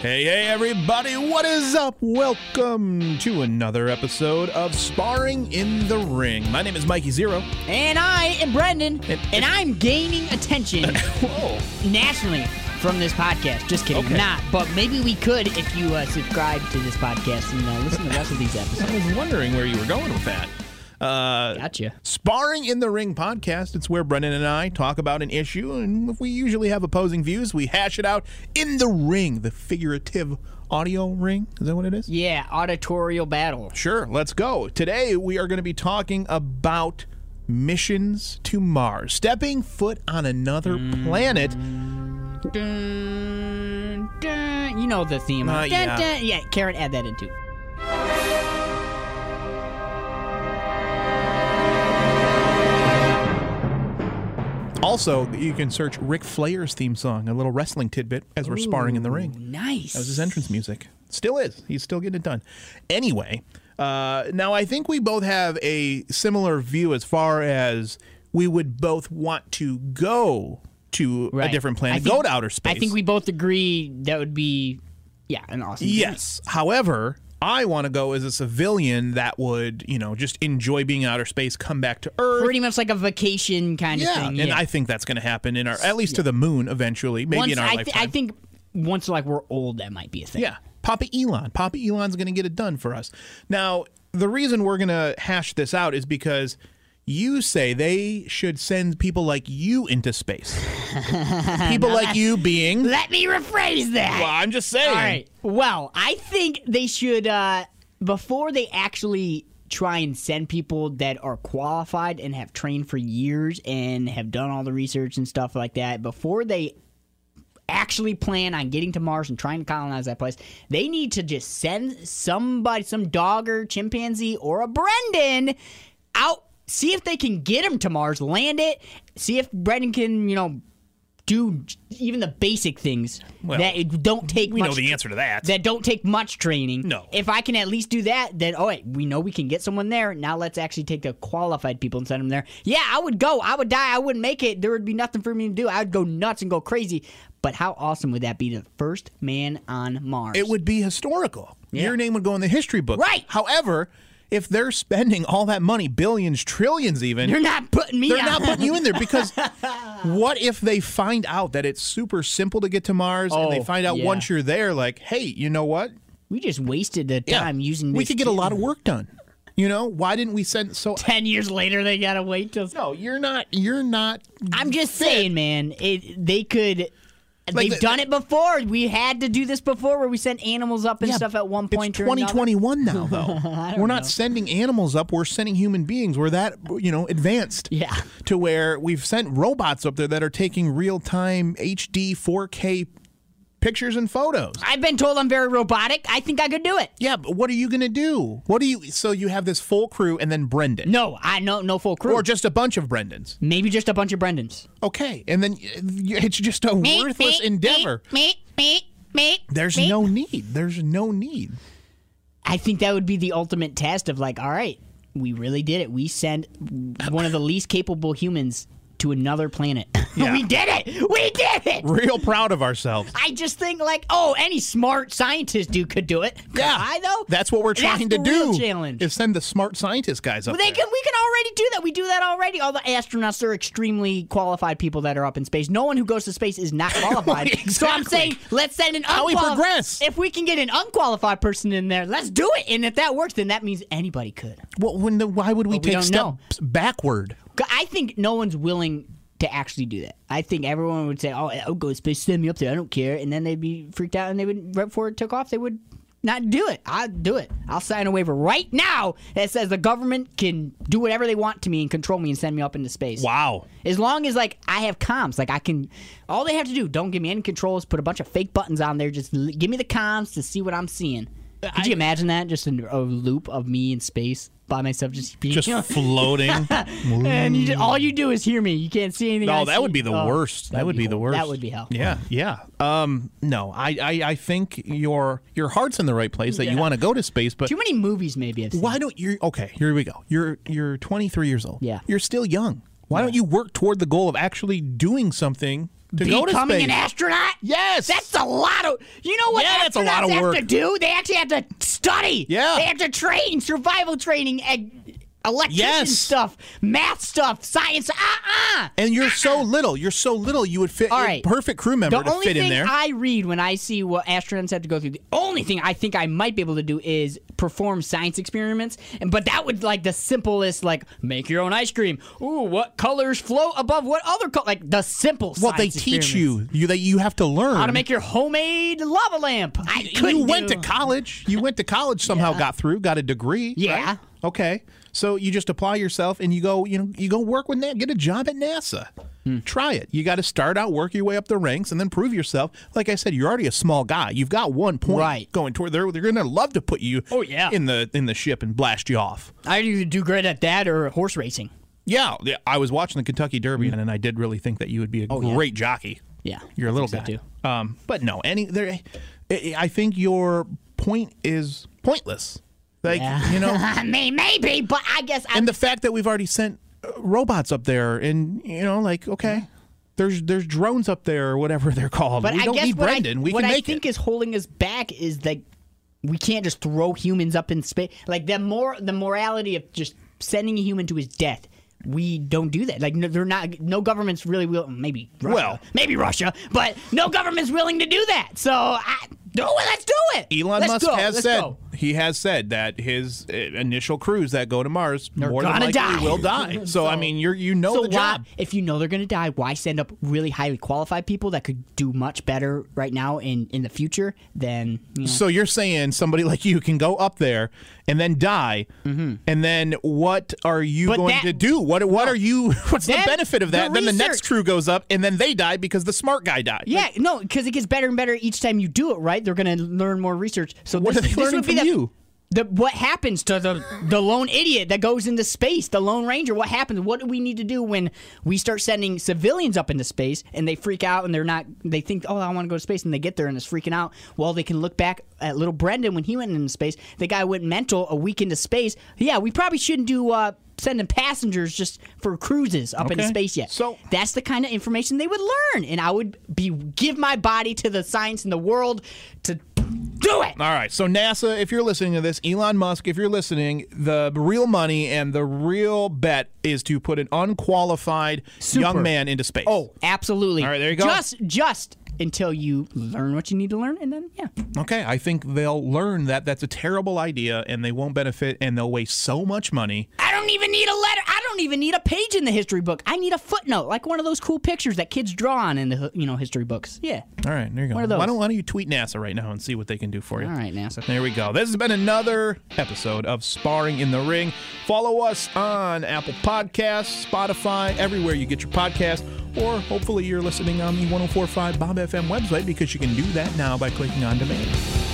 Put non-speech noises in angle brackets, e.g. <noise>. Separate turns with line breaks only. Hey, hey, everybody, what is up? Welcome to another episode of Sparring in the Ring. My name is Mikey Zero.
And I am Brendan,
And-
and, I'm gaining attention
<laughs> Whoa.
nationally from this podcast. Just kidding,
Okay.
not. But maybe we could if you uh, subscribe to this podcast and uh, listen to the rest of these
<laughs>
episodes.
I was wondering where you were going with that. Uh,
Gotcha.
Sparring in the Ring podcast. It's where Brennan and I talk about an issue, and if we usually have opposing views, we hash it out in the ring, the figurative audio ring. Is that what it is?
Yeah, auditorial battle.
Sure, let's go. Today we are going to be talking about missions to Mars, stepping foot on another planet.
Dun, dun. You know the theme.
Uh,
dun,
yeah.
Dun. yeah, Karen, add that in too.
Also, you can search Ric Flair's theme song, a little wrestling tidbit, as we're sparring in the ring.
Nice.
That was his entrance music. Still is. He's still getting it done. Anyway, uh, now I think we both have a similar view as far as we would both want to go to
Right.
a different
I
planet,
think-
go to outer space.
I think we both agree that would be, yeah, an awesome. thing.
Yes. However, I want to go as a civilian that would, you know, just enjoy being in outer space, come back to Earth.
Pretty much like a vacation kind of
yeah,
thing.
and
yeah.
I think that's going to happen in our, at least to the moon eventually, maybe
once,
in our
I, th-
lifetime.
I think once like we're old, that might be a thing.
Yeah, Papa Elon. Papa Elon's going to get it done for us. Now, the reason we're going to hash this out is because you say they should send people like you into
<laughs>
space. people like you being. Well,
Let me rephrase that.
I'm just saying.
All right. Well, I think they should uh, before they actually try and send people that are qualified and have trained for years and have done all the research and stuff like that before they actually plan on getting to Mars and trying to colonize that place, they need to just send somebody, some dog or chimpanzee or a Brendan out. See if they can get him to Mars, land it. See if Brendan can, you know, do even the basic things
Well,
that it don't take
We
much
know the answer to that.
that don't take much training.
No.
If I can at least do that, then oh, wait, we know we can get someone there. Now let's actually take the qualified people and send them there. Yeah, I would go. I would die. I wouldn't make it. There would be nothing for me to do. I would go nuts and go crazy. But how awesome would that be? The first man on Mars.
it would be historical. Your name would go in the history book.
Right.
However, if they're spending all that money, billions, trillions even,
They're not putting me.
They're
on.
not putting you in there because what if they find out that it's super simple to get to Mars and they
Oh,
find out
yeah.
once you're there, like, hey, you know what?
<laughs> we just wasted the time using. This
we could get a lot of work done. You know, why didn't we send so
<laughs> Ten years later, they gotta wait till.
No, you're not you're not
I'm just saying, man. It they could.
Like
they've
the-
done it before. We had to do this before, where we sent animals up and stuff at one point.
It's
or another.
2021 now
<laughs>
though. we're not sending animals up, we're sending human beings. We're that, you know, advanced.
Yeah.
To where we've sent robots up there that are taking real-time HD 4K pictures and photos.
I've been told I'm very robotic. I think I could do it.
Yeah, but what are you gonna do? What do you? So you have this full crew and then Brendan,
No, I no no full crew.
or just a bunch of Brendans?
Maybe just a bunch of Brendans.
Okay, and then y- y- it's just a <laughs> worthless endeavor.
<laughs> Me, me, me.
There's no need. There's no need.
I think that would be the ultimate test of like, all right, we really did it. We sent one of the least capable humans to another planet. <laughs>
Yeah.
we did it. We did it.
Real proud of ourselves.
I just think like, oh, any smart scientist dude could do it. Could
Yeah,
I though.
That's what we're
That's
trying
the
to
real
do.
Challenge.
Is send the smart scientist guys up
They
there.
can, we can already do that. We do that already. All the astronauts are extremely qualified people that are up in space. No one who goes to space
<laughs>
is not qualified. So I'm
Exactly.
saying, let's send an
we
unqual-
progress.
If we can get an unqualified person in there, let's do it. And if that works, then that means anybody could.
Well, when the, why would we
we
take
don't know.
steps backward?
'Cause I think no one's willing to actually do that. I think everyone would say, "Oh, I'll go to space. Send me up there. I don't care." And then they'd be freaked out, and they would right before it took off, they would not do it. I'll do it. I'll sign a waiver right now that says the government can do whatever they want to me and control me and send me up into space. <laughs>
Wow.
As long as like I have comms, like I can, all they have to do, don't give me any controls, put a bunch of fake buttons on there, just l- give me the comms to see what I'm seeing.
Uh,
Could you imagine that? Just in a loop of me in space by myself, just being, <laughs>
Just floating. Mmm.
and you just, all you do is hear me. You can't see anything. I
No, that
see.
would be the
Oh,
worst. That
that'd
would be, the
hell.
worst.
That would be hell.
Yeah, yeah. Um, no, I, I, I think your your heart's in the right place that you
Yeah.
want to go to space, but
Too many movies, maybe. I've seen.
why don't you? Okay, here we go. You're you're 23 years old.
Yeah.
you're still young. Why don't you work toward the goal of actually doing something to go to
Becoming
space?
an astronaut?
Yes.
That's a lot of. You know what?
Yeah, that's a lot
astronauts
of work.
Have to do? They actually have to study.
Yeah.
They have to train, survival training, and electrician
Yes.
stuff, math stuff, science. Uh uh
and you're so little. You're so little. You would fit
All
a
right.
perfect crew member
The
to
only
fit in
thing
there.
I read when I see what astronauts have to go through, the only thing I think I might be able to do is perform science experiments. And but that would like the simplest, like make your own ice cream. Ooh, what colors float above what other color? Like the simple.
well, they
science
teach
experiments.
you. You that you have to learn
how to make your homemade lava lamp. I couldn't.
you went
do-
to college. You went to college somehow, got through, got a degree.
Yeah.
right? Okay. So you just apply yourself and you go, you know, you go work with NASA, get a job at NASA.
Hmm.
Try it. You got to start out, work your way up the ranks, and then prove yourself. Like I said, you're already a small guy. You've got one point
Right.
going toward. They're they're gonna love to put you.
Oh, yeah.
In the in the ship and blast you off.
I either do great at that or horse <laughs> racing.
Yeah. yeah, I was watching the Kentucky Derby and I did really think that you would be a great jockey.
Mm. Oh, Yeah,
You're a
I
little guy.
think so,
Too. Um, but no, any there. I I think your point is pointless. Like
Yeah.
you
<laughs>
know,
I mean, maybe, but I guess I.
and the fact that we've already sent uh, robots up there, and you know, like okay, there's there's drones up there or whatever <laughs> they're called.
but
we
I
don't
guess
need
what
Brendan.
I,
we
what
can
I
make
think
it.
is holding us back is that we can't just throw humans up in space. Like the more the morality of just sending a human to his death. We don't do that. Like no, they're not. No government's really will. Maybe Russia.
Well-
maybe Russia, but no government's willing to do that. So I, do it. Let's do it.
Elon
Let's
Musk
go,
has
let's
said
go.
he has said that his uh, initial crews that go to Mars more than
gonna
likely
die. <laughs>
will die. So, I mean, you're you know
So
the
why,
job.
if you know they're going to die, why send up really highly qualified people that could do much better right now in in the future than you know,
So you're saying somebody like you can go up there and then die, and then what are you
Mm-hmm. But
going
that-
to do? What what are you? <laughs> What's
That-
the benefit of
the
that? then the next
research-
crew goes up, and then they die because the smart guy died.
Yeah, no, because it gets better and better each time you do it, right? They're going to learn more research. So
What
this,
are they
this
learning
would be
from
the,
you?
The, what happens to the the lone idiot that goes into space, the lone ranger? What happens? What do we need to do when we start sending civilians up into space and they freak out and they're not? They think, oh, I want to go to space, and they get there and it's freaking out. Well, they can look back at little Brendan when he went into space. The guy went mental a week into space. Yeah, we probably shouldn't do. Uh, Sending passengers just for cruises up into
Okay.
space yet.
So-
That's the kind of information they would learn, and I would be give my body to the science and the world to do it.
All right. So NASA, if you're listening to this, Elon Musk, if you're listening, the real money and the real bet is to put an unqualified
Super.
young man into space.
Oh, absolutely. All
right, there you go.
Just, just until you learn what you need to learn, and then yeah.
Okay, I think they'll learn that that's a terrible idea and they won't benefit and they'll waste so much money.
I don't even need a letter. I don't even need a page in the history book. I need a footnote, like one of those cool pictures that kids draw on in the you know history books. Yeah.
All right, there you go.
are those?
Why don't why don't you tweet NASA right now and see what they can do for you?
All right, NASA.
There we go. This has been another episode of Sparring in the Ring. Follow us on Apple Podcasts, Spotify, everywhere you get your podcast, or oh hopefully you're listening on the 1045 Bob FM website because you can do that now by clicking on demand.